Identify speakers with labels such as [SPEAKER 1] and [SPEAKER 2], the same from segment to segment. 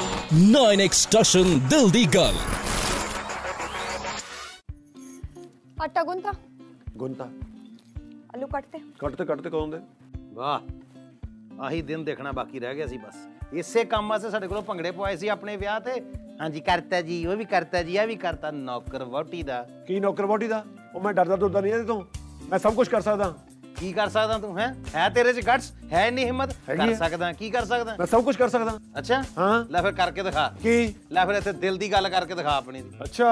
[SPEAKER 1] 9x Tashan ਦਿਲ ਦੀ ਗੱਲ
[SPEAKER 2] ਆਟਾ ਗੁੰਨਤਾ
[SPEAKER 3] ਗੁੰਤਾ
[SPEAKER 2] ਆਲੂ ਕੱਟਤੇ
[SPEAKER 3] ਕੱਟਦੇ ਕੱਟਦੇ ਕੌਣ ਦੇ
[SPEAKER 4] ਵਾਹ ਆਹੀ ਦਿਨ ਦੇਖਣਾ ਬਾਕੀ ਰਹਿ ਗਿਆ ਸੀ ਬਸ ਇਸੇ ਕੰਮ ਵਾਸਤੇ ਸਾਡੇ ਕੋਲੋਂ ਭੰਗੜੇ ਪਵਾਏ ਸੀ ਆਪਣੇ ਵਿਆਹ ਤੇ ਹਾਂਜੀ ਕਰਤਾ ਜੀ ਉਹ ਵੀ ਕਰਤਾ ਜੀ ਆ ਵੀ ਕਰਤਾ ਨੌਕਰ ਵਹੁਟੀ ਦਾ
[SPEAKER 3] ਕੀ ਨੌਕਰ ਬੋਟੀ ਦਾ ਉਹ ਮੈਂ ਡਰਦਾ ਦੁਰਦਾ ਨਹੀਂ ਇਹਦੇ ਤੋਂ ਮੈਂ ਸਭ ਕੁਝ ਕਰ ਸਕਦਾ
[SPEAKER 4] ਕੀ ਕਰ ਸਕਦਾ ਤੂੰ ਹੈ ਹੈ ਤੇਰੇ ਚ ਗਟਸ ਹੈ ਨਹੀਂ ਹਿੰਮਤ
[SPEAKER 3] ਹੈਗੀ
[SPEAKER 4] ਕਰ
[SPEAKER 3] ਹੈ।
[SPEAKER 4] ਸਕਦਾ ਕੀ ਕਰ ਸਕਦਾ
[SPEAKER 3] ਮੈਂ ਸਭ ਕੁਝ ਕਰ ਸਕਦਾ
[SPEAKER 4] ਅੱਛਾ
[SPEAKER 3] ਹਾਂ।
[SPEAKER 4] ਲੈ ਫਿਰ ਕਰਕੇ ਦਿਖਾ
[SPEAKER 3] ਕੀ
[SPEAKER 4] ਲੈ ਫਿਰ ਇੱਥੇ ਦਿਲ ਦੀ ਗੱਲ ਕਰਕੇ ਦਿਖਾ ਆਪਣੀ ਦੀ
[SPEAKER 3] ਅੱਛਾ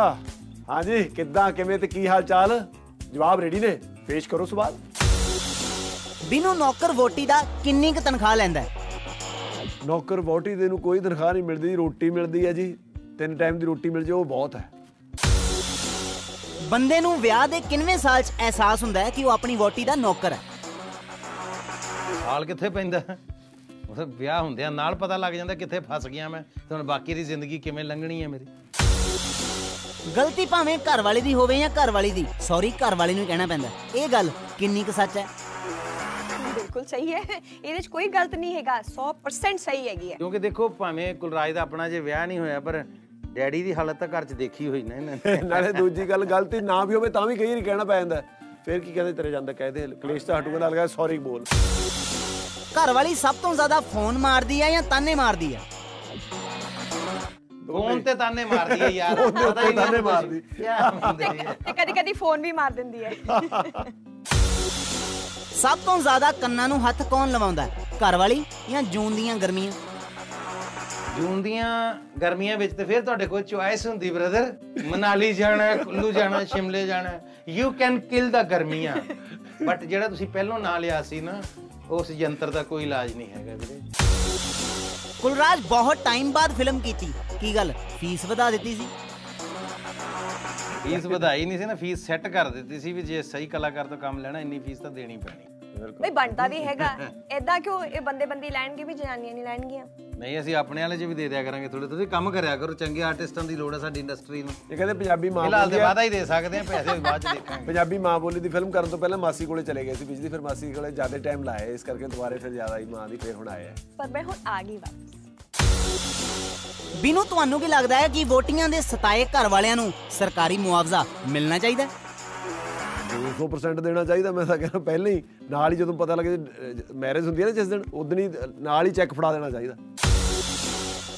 [SPEAKER 3] ਹਾਂਜੀ ਕਿੱਦਾਂ ਕਿਵੇਂ ਤੇ ਕੀ ਹਾਲ ਚਾਲ ਜਵਾਬ ਰੈਡੀ ਨੇ ਪੇਸ਼ ਕਰੋ ਸਵਾਲ
[SPEAKER 5] ਬਿਨੂ ਨੌਕਰ ਵੋਟੀ ਦਾ ਕਿੰਨੀ ਕੁ ਤਨਖਾਹ ਲੈਂਦਾ ਹੈ
[SPEAKER 3] ਨੌਕਰ ਬੋਟੀ ਦੇ ਨੂੰ ਕੋਈ ਤਨਖਾਹ ਨਹੀਂ ਮਿਲਦੀ ਰੋਟੀ ਮਿਲਦੀ ਹੈ ਜੀ ਤਿੰਨ ਟਾਈਮ ਦੀ ਰੋਟੀ ਮਿਲ ਜੇ ਉਹ ਬਹੁਤ ਹੈ
[SPEAKER 5] ਬੰਦੇ ਨੂੰ ਵਿਆਹ ਦੇ ਕਿੰਨਵੇਂ ਸਾਲ 'ਚ ਅਹਿਸਾਸ ਹੁੰਦਾ ਹੈ ਕਿ ਉਹ ਆਪਣੀ ਵੋਟੀ ਦਾ ਨੌਕਰ ਹੈ
[SPEAKER 4] ਹਾਲ ਕਿੱਥੇ ਪੈਂਦਾ ਉਹ ਤਾਂ ਵਿਆਹ ਹੁੰਦਿਆਂ ਨਾਲ ਪਤਾ ਲੱਗ ਜਾਂਦਾ ਕਿੱਥੇ ਫਸ ਗਿਆ ਮੈਂ ਤੇ ਹੁਣ ਬਾਕੀ ਦੀ ਜ਼ਿੰਦਗੀ ਕਿਵੇਂ ਲੰਘਣੀ ਹੈ ਮੇਰੀ
[SPEAKER 5] ਗਲਤੀ ਭਾਵੇਂ ਘਰ ਵਾਲੇ ਦੀ ਹੋਵੇ ਜਾਂ ਘਰ ਵਾਲੀ ਦੀ ਸੌਰੀ ਘਰ ਵਾਲੇ ਨੂੰ ਹੀ ਕਹਿਣਾ ਪੈਂਦਾ ਹੈ। ਇਹ ਗੱਲ ਕਿੰਨੀ ਕੁ ਸੱਚ ਹੈ
[SPEAKER 2] ਬਿਲਕੁਲ ਸਹੀ ਹੈ ਇਹਦੇ 'ਚ ਕੋਈ ਗਲਤ ਨਹੀਂ ਹੈਗਾ 100% ਸਹੀ ਹੈਗੀ ਹੈ
[SPEAKER 4] ਕਿਉਂਕਿ ਦੇਖੋ ਭਾਵੇਂ ਕੁਲਰਾਜ ਦਾ ਆਪਣਾ ਜੇ ਵਿਆਹ ਨਹੀਂ ਹੋਇਆ ਪਰ ਡੈਡੀ ਦੀ ਹਾਲਤ ਤਾਂ ਘਰ 'ਚ ਦੇਖੀ ਹੋਈ ਨਾ ਇਹਨਾਂ ਨੇ
[SPEAKER 3] ਨਾਲੇ ਦੂਜੀ ਗੱਲ ਗਲਤੀ ਨਾ ਵੀ ਹੋਵੇ ਤਾਂ ਵੀ ਕਈ ਵਾਰੀ ਕਹਿਣਾ ਪੈ ਜਾਂਦਾ ਹੈ। ਫਿਰ ਕੀ ਕਹਿੰਦੇ ਤੇਰੇ ਜਾਂਦਾ ਕਹਦੇ ਕਲੇਸ਼ ਤਾਂ ਹਟੂਗਾ ਨਾਲ ਕਹੇ ਸੌਰੀ ਬੋਲ
[SPEAKER 5] ਘਰ ਵਾਲੀ ਸਭ ਤੋਂ ਜ਼ਿਆਦਾ ਫੋਨ ਮਾਰਦੀ ਹੈ ਜਾਂ ਤਾਨੇ ਮਾਰਦੀ ਹੈ
[SPEAKER 4] ਫੋਨ ਤੇ ਤਾਨੇ ਮਾਰਦੀ ਹੈ ਯਾਰ
[SPEAKER 3] ਫੋਨ ਦੇ
[SPEAKER 4] ਪਤਾ ਹੀ
[SPEAKER 3] ਉੱਤੇ ਤਾਨੇ
[SPEAKER 4] ਨਹੀਂ
[SPEAKER 3] ਮਾਰਦੀ।
[SPEAKER 4] ਕੀ ਹੁੰਦੀ ਹੈ
[SPEAKER 2] ਤੇ ਕਦੀ ਕਦੀ ਫੋਨ ਵੀ ਮਾਰ ਦਿੰਦੀ ਹੈ
[SPEAKER 5] ਸਭ ਤੋਂ ਜ਼ਿਆਦਾ ਕੰਨਾਂ ਨੂੰ ਹੱਥ ਕੌਣ ਲਵਾਉਂਦਾ ਹੈ ਘਰ ਵਾਲੀ ਜਾਂ ਜੂਨ ਦੀਆਂ ਗਰਮੀਆਂ
[SPEAKER 4] ਜੂਨ ਦੀਆਂ ਗਰਮੀਆਂ ਵਿੱਚ ਤੇ ਫਿਰ ਤੁਹਾਡੇ ਕੋਲ ਚੁਆਇਸ ਹੁੰਦੀ ਬ੍ਰਦਰ ਮਨਾਲੀ ਜਾਣਾ ਹੈ, ਕੁੱਲੂ ਜਾਣਾ ਹੈ, ਸ਼ਿਮਲੇ ਜਾਣਾ ਯੂ ਕੈਨ ਕਿਲ ਦਾ ਗਰਮੀਆਂ ਬਟ ਜਿਹੜਾ ਤੁਸੀਂ ਪਹਿਲਾਂ ਨਾਂ ਲਿਆ ਸੀ ਨਾ ਉਸ ਯੰਤਰ ਦਾ ਕੋਈ ਇਲਾਜ ਨਹੀਂ ਹੈਗਾ ਵੀਰੇ
[SPEAKER 5] ਕੁਲਰਾਜ ਬਹੁਤ ਟਾਈਮ ਬਾਅਦ ਫਿਲਮ ਕੀਤੀ ਕੀ ਗੱਲ ਫੀਸ ਵਧਾ ਦਿੱਤੀ ਸੀ
[SPEAKER 4] ਫੀਸ ਵਧਾਈ ਨਹੀਂ ਸੀ ਨਾ ਫੀਸ ਸੈੱਟ ਕਰ ਦਿੱਤੀ ਸੀ ਵੀ ਜੇ ਸਹੀ ਕਲਾਕਾਰ ਤੋਂ ਕੰਮ ਲੈਣਾ ਇੰਨੀ ਫੀਸ ਤਾਂ ਦੇਣੀ ਪੈਣੀ
[SPEAKER 2] ਬਈ ਬਣਦਾ ਵੀ ਹੈਗਾ ਐਦਾਂ ਕਿਉਂ ਇਹ ਬੰਦੇ ਬੰਦੀ ਲੈਣਗੇ ਵੀ ਜਨਾਨੀਆਂ ਨਹੀਂ ਲੈਣਗੀਆਂ
[SPEAKER 4] ਨਹੀਂ ਅਸੀਂ ਆਪਣੇ ਵਾਲੇ 'ਚ ਵੀ ਦੇ ਦਿਆ ਕਰਾਂਗੇ ਥੋੜੇ ਤੁਸੀਂ ਕੰਮ ਕਰਿਆ ਕਰੋ ਚੰਗੇ ਆਰਟਿਸਟਾਂ ਦੀ ਲੋੜ ਹੈ ਸਾਡੀ ਇੰਡਸਟਰੀ ਨੂੰ
[SPEAKER 3] ਇਹ ਕਹਿੰਦੇ ਪੰਜਾਬੀ ਮਾਂ
[SPEAKER 4] ਫਿਲਹਾਲ
[SPEAKER 3] ਬੋਲੀ
[SPEAKER 4] ਤੇ
[SPEAKER 3] ਹੈ।
[SPEAKER 4] ਵਾਦਾ ਹੀ ਦੇ ਸਕਦੇ ਆ ਪੈਸੇ ਬਾਅਦ 'ਚ ਦੇਖਾਂਗੇ
[SPEAKER 3] ਪੰਜਾਬੀ ਮਾਂ ਬੋਲੀ ਦੀ ਫਿਲਮ ਕਰਨ ਤੋਂ ਪਹਿਲਾਂ ਮਾਸੀ ਕੋਲੇ ਚਲੇ ਗਏ ਸੀ ਬਿਜਲੀ ਫਿਰ ਮਾਸੀ ਕੋਲੇ ਜ਼ਿਆਦਾ ਟਾਈਮ ਲਾਇਆ ਇਸ ਕਰਕੇ ਦੁਬਾਰੇ ਫਿਰ ਜ਼ਿਆਦਾ ਹੀ ਮਾਂ ਦੀ ਫਿਰ ਹੁਣ ਆਇਆ
[SPEAKER 2] ਪਰ ਮੈਂ ਹੁਣ ਆ ਗਈ ਵਾਪਸ
[SPEAKER 5] ਬਿਨੂ ਤੁਹਾਨੂੰ ਕੀ ਲੱਗਦਾ ਹੈ ਕਿ ਵੋਟੀਆਂ ਦੇ ਸਤਾਏ ਘਰ ਵਾਲਿਆਂ ਨੂੰ ਸਰਕਾਰੀ ਮੁਆਵਜ਼ਾ ਮਿਲਣਾ ਚਾਹੀਦਾ ਹੈ
[SPEAKER 3] 200% ਦੇਣਾ ਚਾਹੀਦਾ ਮੈਂ ਤਾਂ ਕਹਿੰਦਾ ਪਹਿਲਾਂ ਹੀ ਨਾਲ ਹੀ ਜਦੋਂ ਪਤਾ ਲੱਗੇ ਮੈਰਿਜ ਹੁੰਦੀ ਹੈ ਨਾ ਜਿਸ ਦਿਨ ਉਦੋਂ ਹੀ ਨਾਲ ਹੀ ਚੈੱਕ ਫੜਾ ਦੇਣਾ ਚਾਹੀਦਾ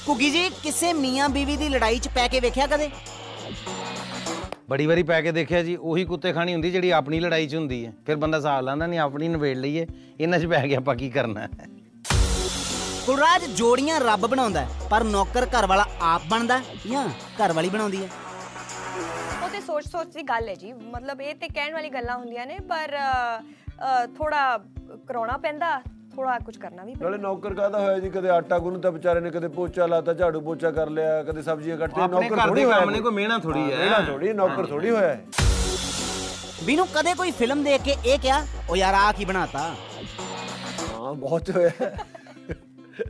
[SPEAKER 5] ਘੁੱਗੀ ਜੀ ਕਿਸੇ ਮੀਆਂ ਬੀਵੀ ਦੀ ਲੜਾਈ 'ਚ ਪੈ ਕੇ ਵੇਖਿਆ ਕਦੇ
[SPEAKER 4] ਬੜੀ ਵਾਰੀ ਪੈ ਕੇ ਦੇਖਿਆ ਜੀ ਉਹੀ ਕੁੱਤੇ ਖਾਣੀ ਹੁੰਦੀ ਜਿਹੜੀ ਆਪਣੀ ਲੜਾਈ 'ਚ ਹੁੰਦੀ ਹੈ ਫਿਰ ਬੰਦਾ ਹਿਸਾਬ ਲਾਉਂਦਾ ਨਹੀਂ ਆਪਣੀ ਨਵੇੜ ਲਈਏ ਇਹਨਾਂ 'ਚ ਪੈ ਗਿਆ ਆਪਾਂ ਕੀ ਕਰਨਾ ਹੈ
[SPEAKER 5] ਕੁਲਰਾਜ ਜੋੜੀਆਂ ਰੱਬ ਬਣਾਉਂਦਾ ਹੈ, ਪਰ ਨੌਕਰ ਘਰ ਵਾਲਾ ਆਪ ਬਣਦਾ ਹੈ ਜਾਂ ਘਰ ਵਾਲੀ ਬਣਾਉਂਦੀ ਹੈ
[SPEAKER 2] ਉਹ ਤੇ ਸੋਚ ਸੋਚ ਦੀ ਗੱਲ ਹੈ ਜੀ ਮਤਲਬ ਇਹ ਤੇ ਕਹਿਣ ਵਾਲੀ ਗੱਲਾਂ ਹੁੰਦੀਆਂ ਨੇ ਪਰ ਥੋੜਾ ਕਰਾਉਣਾ ਪੈਂਦਾ ਥੋੜਾ ਕੁਝ ਕਰਨਾ ਵੀ
[SPEAKER 3] ਨਾਲੇ ਨੌਕਰ ਕਾਹਦਾ ਹੋਇਆ ਜੀ ਕਦੇ ਆਟਾ ਗੁੰਨਤਾ ਵਿਚਾਰੇ ਨੇ ਕਦੇ ਪੋਚਾ ਲਾਤਾ ਝਾੜੂ ਪੋਚਾ ਕਰ ਲਿਆ ਕਦੇ ਸਬਜ਼ੀਆਂ ਕੱਟਦੇ
[SPEAKER 4] ਆਪਣੇ
[SPEAKER 3] ਨੌਕਰ
[SPEAKER 4] ਘਰ
[SPEAKER 3] ਥੋੜੀ
[SPEAKER 4] ਦੇ
[SPEAKER 3] ਹੋਇਆ
[SPEAKER 4] ਕੰਮ ਨੇ ਕੋਈ ਮਿਹਨਤ ਥੋੜ੍ਹੀ ਹੈ।
[SPEAKER 3] ਮਿਹਨਤ ਥੋੜ੍ਹੀ, ਨੌਕਰ ਥੋੜੀ ਹੋਇਆ ਹੈ।
[SPEAKER 5] ਬੀਨੂ ਕਦੇ ਕੋਈ ਫਿਲਮ ਦੇਖ ਕੇ ਇਹ ਕਿਹਾ ਉਹ ਯਾਰ ਆ ਕੀ ਬਣਾਤਾ
[SPEAKER 3] ਹਾਂ ਬਹੁਤ ਹੋਇਆ ਹੈ।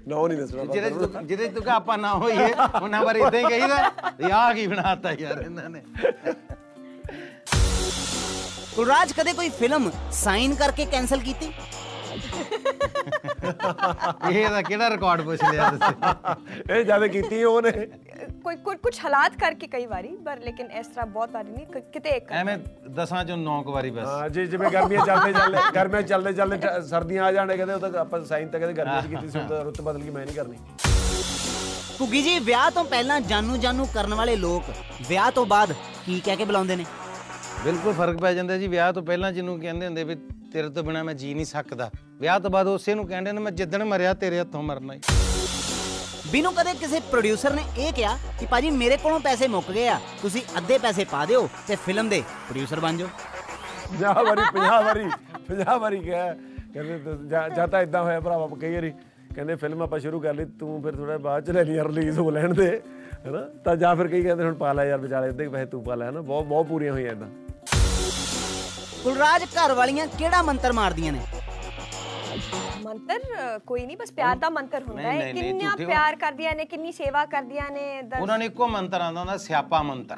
[SPEAKER 3] ਨਾ ਨਹੀਂ ਦੱਸਣਾ
[SPEAKER 4] ਜਿਹਦੇ 'ਚ ਤੂੰ- ਜਿਹਦੇ 'ਚ ਤੂੰ ਕਹ ਆਪਾਂ ਨਾ ਹੋਈਏ ਉਹਨਾਂ ਬਾਰੇ ਇਦਾਂ ਹੀ ਕਹੀਦਾ ਵੀ ਆਹ ਕੀ ਬਣਾਤਾ ਯਾਰ ਇਹਨਾਂ ਨੇ
[SPEAKER 5] ਕੁਲਰਾਜ ਕਦੇ ਕੋਈ ਫਿਲਮ ਸਾਈਨ ਕਰਕੇ ਕੈਨਸਲ ਕੀਤੀ
[SPEAKER 4] ਇਹ ਦਾ ਕਿਹੜਾ ਰਿਕਾਰਡ ਪੁੱਛ ਲਿਆ ਤੁਸੀਂ
[SPEAKER 3] ਇਹ ਜਿਆਦਾ ਕੀਤੀ ਉਹਨੇ
[SPEAKER 2] ਕੋਈ ਕੁਝ ਹਾਲਾਤ ਕਰਕੇ ਕਈ ਵਾਰੀ ਪਰ ਲੇਕਿਨ ਇਸ ਤਰ੍ਹਾਂ ਬਹੁਤ ਵਾਰੀ ਨਹੀਂ ਕਿ- ਕਿਤੇ ਇੱਕ
[SPEAKER 4] ਐਵੇਂ ਦਸਾਂ 'ਚੋਂ ਨੌ ਕੁ ਵਾਰੀ ਬਸ
[SPEAKER 3] ਹਾਂ ਜੀ ਜਿਵੇਂ ਗਰਮੀਆਂ ਚੱਲਦੇ ਚੱਲਦੇ ਗਰਮੀਆਂ ਚੱਲਦੇ ਚੱਲਦੇ ਠ- ਸਰਦੀਆਂ ਆ ਜਾਣੇ ਕਹਿੰਦੇ ਉਹ ਤਾਂ ਆਪਾਂ ਸਾਈਨ ਤਾਂ ਕਹਿੰਦੇ ਗਰਮੀ ਚ ਕੀਤੀ ਸੀ ਹੁਣ ਤਾਂ ਰੁੱਤ ਬਦਲ ਗਈ ਮੈਂ ਨਹੀਂ ਕਰਨੀ
[SPEAKER 5] ਘੁੱਗੀ ਜੀ ਵਿਆਹ ਤੋਂ ਪਹਿਲਾਂ ਜਾਨੂ ਜਾਨੂ ਕਰਨ ਵਾਲੇ ਲੋਕ ਵਿਆਹ ਤੋਂ ਬਾਅਦ ਕੀ ਕਹਿ ਕੇ ਬੁਲਾਉਂਦੇ ਨੇ
[SPEAKER 4] ਬਿਲਕੁਲ ਫਰਕ ਪੈ ਜਾਂਦਾ ਜੀ ਵਿਆਹ ਤੋਂ ਪਹਿਲਾਂ ਜਿਹਨੂੰ ਕਹਿੰਦੇ ਹੁੰਦੇ ਵੀ ਤੇਰੇ ਤੋਂ ਬਿਨਾ ਮੈਂ ਜੀ ਨਹੀਂ ਸਕਦਾ ਵਿਆਹ ਤੋਂ ਬਾਅਦ ਉਸੇ ਨੂੰ ਕਹਿੰਦੇ ਨੇ ਮੈਂ ਜਿੱਦਣ ਮਰਿਆ ਤੇਰੇ ਹੱਥੋਂ ਮਰਨਾ ਹੀ
[SPEAKER 5] ਬਿਨੂ ਕਦੇ ਕਿਸੇ ਪ੍ਰੋਡਿਊਸਰ ਨੇ ਇਹ ਕਿਹਾ ਕਿ ਭਾਜੀ ਮੇਰੇ ਕੋਲੋਂ ਪੈਸੇ ਮੁੱਕ ਗਏ ਆ ਤੁਸੀਂ ਅੱਧੇ ਪੈਸੇ ਪਾ ਦਿਓ ਤੇ ਫਿਲਮ ਦੇ ਪ੍ਰੋਡਿਊਸਰ ਬਣ
[SPEAKER 3] 50
[SPEAKER 5] ਜਾਓ
[SPEAKER 3] ਵਾਰੀ 50 ਵਾਰੀ 50 ਵਾਰੀ ਗਿਆ ਕਹਿੰਦੇ ਤੂੰ ਜਾਂ- ਜਾਂ ਤਾਂ ਇਦਾਂ ਹੋਇਆ ਭਰਾਵਾ ਕਈ ਵਾਰੀ ਕਹਿੰਦੇ ਫਿਲਮ ਆਪਾਂ ਸ਼ੁਰੂ ਕਰ ਲਈ ਤੂੰ ਫਿਰ ਥੋੜਾ ਬਾਅਦ ਚ ਲੈ ਲਈ ਯਾਰ ਰਿਲੀਜ਼ ਹੋ ਲੈਣ ਦੇ ਹੈਨਾ ਤਾਂ ਜਾਂ ਫਿਰ ਕਈ ਕਹਿੰਦੇ ਹੁਣ ਪਾ ਲੈ ਯਾਰ ਵਿਚਾਲੇ ਅੱਧੇ ਪੈਸੇ ਤੂੰ ਪਾ ਲੈ ਹੈਨਾ ਬਹੁਤ ਬਹੁਤ ਪੂਰੀਆਂ ਹੋਈਆਂ ਇਦਾਂ
[SPEAKER 5] ਕੁਲਰਾਜ ਘਰ ਵਾਲੀਆਂ ਕਿਹੜਾ ਮੰਤਰ ਮਾਰਦੀਆਂ ਨੇ
[SPEAKER 2] ਮੰਤਰ ਅ, ਕੋਈ ਨਹੀਂ ਬਸ ਪਿਆਰ ਦਾ ਮੰਤਰ ਹੁੰਦਾ
[SPEAKER 4] ਨਹੀਂ,
[SPEAKER 2] ਹੈ
[SPEAKER 4] ਨਹੀਂ, ਨਹੀਂ,
[SPEAKER 2] ਕਿੰਨਾ
[SPEAKER 4] ਝੂਠੇ ਹੋ।
[SPEAKER 2] ਪਿਆਰ ਕਰਦੀਆਂ ਨੇ ਕਿੰਨੀ ਸੇਵਾ ਕਰਦੀਆਂ ਨੇ ਦੱਸ-
[SPEAKER 4] ਉਹਨਾਂ ਨੇ ਇੱਕੋ ਮੰਤਰ ਆਉਂਦਾ ਹੁੰਦਾ ਸਿਆਪਾ ਮੰਤਰ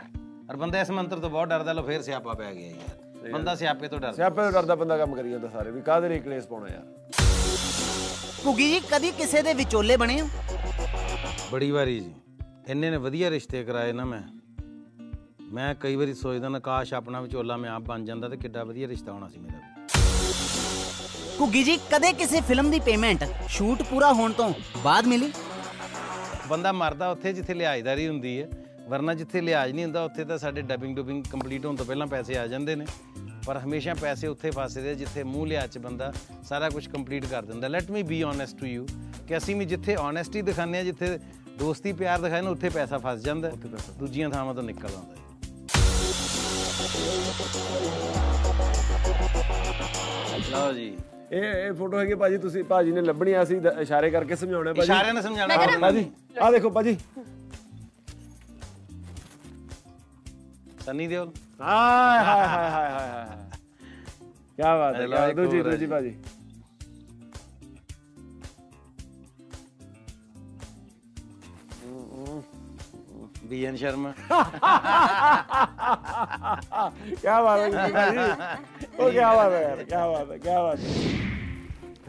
[SPEAKER 4] ਔਰ ਬੰਦਾ ਇਸ ਮੰਤਰ ਤੋਂ ਬਹੁਤ ਡਰਦਾ ਲੋ ਫੇਰ ਸਿਆਪਾ ਪੈ ਗਿਆ ਯਾਰ ਬੰਦਾ ਸਿਆਪੇ ਤੋਂ ਡਰਦਾ
[SPEAKER 3] ਸਿਆਪੇ ਤੋਂ ਡਰਦਾ ਬੰਦਾ ਕੰਮ ਕਰੀ ਜਾਂਦਾ ਸਾਰੇ ਵੀ ਕਾਹਦੇ ਲਈ ਕਲੇਸ਼ ਪਾਉਣਾ ਯਾਰ
[SPEAKER 5] ਘੁੱਗੀ ਜੀ ਕਦੀ ਕਿਸੇ ਦੇ ਵਿਚੋਲੇ ਬਣੇ ਹੋ
[SPEAKER 4] ਬੜੀ ਵਾਰੀ ਜੀ ਇੰਨੇ ਨੇ ਵਧੀਆ ਰਿਸ਼ਤੇ ਕਰਾਏ ਨਾ ਮੈਂ ਮੈਂ ਕਈ ਵਾਰੀ ਸੋਚਦਾ ਨਾ ਕਾਸ਼ ਆਪਣਾ ਵਿਚੋਲਾ ਮੈਂ ਆਪ ਬਣ ਜਾਂਦਾ ਤੇ ਕਿੱਡਾ ਵਧੀਆ ਰਿਸ਼ਤਾ ਹੋਣਾ ਸੀ ਮੇਰਾ ਵੀ।
[SPEAKER 5] ਘੁੱਗੀ ਜੀ ਕਦੇ ਕਿਸੇ ਫਿਲਮ ਦੀ ਪੇਮੈਂਟ ਸ਼ੂਟ ਪੂਰਾ ਹੋਣ ਤੋਂ ਬਾਅਦ ਮਿਲੀ
[SPEAKER 4] ਬੰਦਾ ਮਰਦਾ ਉੱਥੇ ਜਿੱਥੇ ਲਿਹਾਜ਼ਦਾਰੀ ਹੁੰਦੀ ਹੈ ਵਰਨਾ ਜਿੱਥੇ ਲਿਹਾਜ਼ ਨਹੀਂ ਹੁੰਦਾ ਉੱਥੇ ਤਾਂ ਸਾਡੇ ਡਬਿੰਗ ਡੁਬਿੰਗ ਕੰਪਲੀਟ ਹੋਣ ਤੋਂ ਪਹਿਲਾਂ ਪੈਸੇ ਆ ਜਾਂਦੇ ਨੇ ਪਰ ਹਮੇਸ਼ਾ ਪੈਸੇ ਉੱਥੇ ਫਸਦੇ ਆ ਜਿੱਥੇ ਮੂੰਹ ਲਿਹਾਜ਼ 'ਚ ਬੰਦਾ ਸਾਰਾ ਕੁਝ ਕੰਪਲੀਟ ਕਰ ਦਿੰਦਾ let me be honest to you ਕਿ ਅਸੀਂ ਵੀ ਜਿੱਥੇ ਓਨੈਸਟੀ ਦਿਖਾਉਂਦੇ ਆ ਜਿੱਥੇ ਦੋਸਤੀ ਪਿਆਰ ਦਿਖਾਏ ਨਾ ਉੱਥੇ ਪੈਸਾ ਫਸ ਜਾਂਦਾ ਹੈ, ਦੂਜੀਆਂ ਥਾਵਾਂ ਤੋਂ ਨਿਕਲ ਆਉਂਦਾ ਹੈ ਲਓ ਜੀ
[SPEAKER 3] ਇਹ ਇਹ ਫੋਟੋ ਹੈਗੀ ਭਾਜੀ ਤੁਸੀਂ ਭਾਜੀ ਨੇ ਲੱਭਣੀ ਆ ਸੀ ਇਸ਼ਾਰੇ ਕਰਕੇ ਸਮਝਾਉਣਾ ਭਾਜੀ
[SPEAKER 4] ਇਸ਼ਾਰਿਆਂ ਨਾਲ ਸਮਝਾਉਣਾ
[SPEAKER 3] ਹਾਂ, ਭਾਜੀ ਆ ਦੇਖੋ ਭਾਜੀ
[SPEAKER 4] ਸਨੀ ਦਿਓਲ
[SPEAKER 3] ਹਾਏ ਹਾਏ ਹਾਏ ਹਾਏ ਹਾਏ ਹਾਏ ਕੀ ਬਾਤ ਹੈ ਕਿਆ ਬਾਤ
[SPEAKER 4] I
[SPEAKER 3] ਹੈ।
[SPEAKER 4] like
[SPEAKER 3] ਦੂਜੀ
[SPEAKER 4] Cobra
[SPEAKER 3] ਦੂਜੀ
[SPEAKER 4] ਜੀ।
[SPEAKER 3] ਭਾਜੀ
[SPEAKER 4] ਬੀਐਨ ਸ਼ਰਮਾ
[SPEAKER 3] ਕੀ ਬਾਤ ਹੈ ਜੀ ਭਾਜੀ ਉਹ ਕੀ ਬਾਤ ਹੈ ਯਾਰ ਕੀ ਬਾਤ ਹੈ ਕੀ ਬਾਤ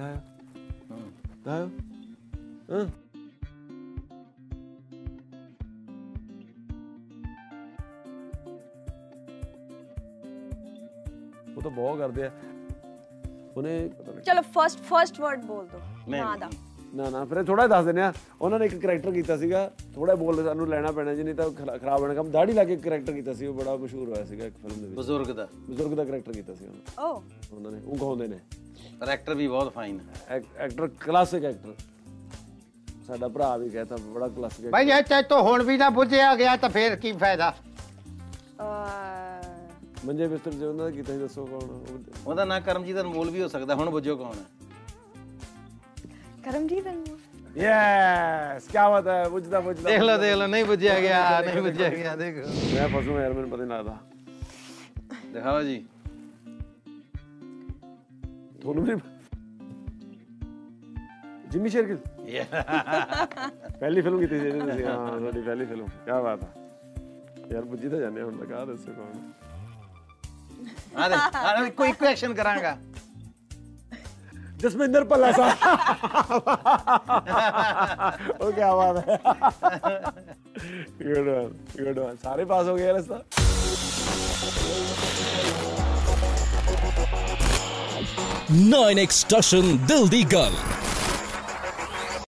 [SPEAKER 3] ਹੈ ਲਾਓ ਹਾਂ ਉਹ ਤਾਂ ਬਹੁਤ ਕਰਦੇ ਆ ਉਹਨੇ ਪਤਾ ਨਹੀਂ
[SPEAKER 2] ਚਲੋ ਫਰਸਟ ਫਰਸਟ ਵਰਡ ਬੋਲ ਦੋ
[SPEAKER 4] ਨਹੀਂ,
[SPEAKER 2] ਨਾ ਦਾ
[SPEAKER 3] ਨਾ ਨਾ ਫਿਰ ਥੋੜਾ ਦੱਸ ਦਿੰਦੇ ਆ ਉਹਨਾਂ ਨੇ ਇੱਕ ਕਰੈਕਟਰ ਕੀਤਾ ਸੀਗਾ ਥੋੜਾ ਬੋਲ ਸਾਨੂੰ ਲੈਣਾ ਪੈਣਾ ਜੀ ਨਹੀਂ ਤਾਂ ਖਰਾ- ਖਰਾਬ ਹੋਣਾ ਕੰਮ ਦਾੜੀ ਲਾ ਕੇ ਕਰੈਕਟਰ ਕੀਤਾ ਸੀ ਉਹ ਬੜਾ ਮਸ਼ਹੂਰ ਹੋਇਆ ਸੀਗਾ ਇੱਕ ਫਿਲਮ ਦੇ ਵਿੱਚ
[SPEAKER 4] ਬਜ਼ੁਰਗ ਦਾ
[SPEAKER 3] ਬਜ਼ੁਰਗ ਦਾ ਕਰੈਕਟਰ ਕੀਤਾ ਸੀ ਉਹਨਾਂ-
[SPEAKER 2] ਓ
[SPEAKER 3] ਉਹਨਾਂ ਨੇ ਉਹ ਗਾਉਂਦੇ ਨੇ
[SPEAKER 4] ਪਰ ਐਕਟਰ ਵੀ ਬਹੁਤ ਫਾਈਨ ਹੈ
[SPEAKER 3] ਐਕ- ਐਕਟਰ ਕਲਾਸਿਕ ਐਕਟਰ ਸਾਡਾ ਭਰਾ ਵੀ ਕਹਤਾ ਬੜਾ ਕਲਾਸਿਕ
[SPEAKER 6] ਭਾਈ ਜੇ ਤੇ ਤੋਂ ਹੁਣ ਵੀ ਨਾ ਬੁੱਝਿਆ ਗਿਆ ਤਾਂ ਫੇਰ ਕੀ ਫਾਇਦਾ
[SPEAKER 3] ਮੰਜੇ ਬਿਸਤਰ ਜੇ ਉਹਨਾਂ ਦਾ ਕੀਤਾ ਸੀ ਦੱਸੋ ਕੌਣ ਉਹ-
[SPEAKER 4] ਉਹਦਾ ਨਾਂ ਕਰਮਜੀਤ ਅਨਮੋਲ ਵੀ ਹੋ ਸਕਦਾ ਹੁਣ ਬੁੱਝੋ ਕੌਣ ਹੈ
[SPEAKER 2] ਕਰਮਜੀਤ ਅਨਮੋਲ
[SPEAKER 3] ਯੈਸ ਕੀ ਬਾਤ ਹੈ ਬੁੱਝਦਾ ਬੁੱਝਦਾ
[SPEAKER 4] ਦੇਖ ਲਓ ਦੇਖ ਲਓ ਨਹੀਂ ਬੁੱਝਿਆ ਗਿਆ ਨਹੀਂ ਬੁੱਝਿਆ ਗਿਆ ਦੇਖੋ
[SPEAKER 3] ਮੈਂ ਫਸੂ ਯਾਰ ਮੈਨੂੰ ਪਤਾ ਨਹੀਂ ਲੱਗਦਾ
[SPEAKER 4] ਦਿਖਾਓ ਜੀ
[SPEAKER 3] ਤੁਹਾਨੂੰ ਵੀ ਨਹੀਂ ਜਿਮੀ ਸ਼ੇਰਗਿਲ ਪਹਿਲੀ ਫਿਲਮ ਕੀਤੀ ਸੀ ਇਹਦੀ ਤੁਸੀਂ ਹਾਂ ਤੁਹਾਡੀ ਪਹਿਲੀ ਫਿਲਮ ਕੀ ਬਾਤ ਆ ਯਾਰ ਬੁੱਝੀ ਤਾਂ ਜਾਂਦੇ ਹੁਣ ਲਗਾ ਦੱਸੋ ਕੌਣ
[SPEAKER 4] ਆ ਦੇ ਆ ਕੋਈ ਕੁਐਸਚਨ ਕਰਾਂਗਾ
[SPEAKER 3] ਜਸਮਿੰਦਰ ਭੱਲਾ ਸਾਹਿਬ ਉਹ ਕੀ ਬਾਤ ਹੈ ਗੁੱਡ ਵਨ ਗੁੱਡ ਵਨ ਸਾਰੇ ਪਾਸ ਹੋ ਗਏ ਯਾਰ ਇਸ ਤਾਂ
[SPEAKER 1] ਨਾ ਇਨ ਐਕਸਟ੍ਰੈਸ਼ਨ ਦਿਲ ਦੀ ਗੱਲ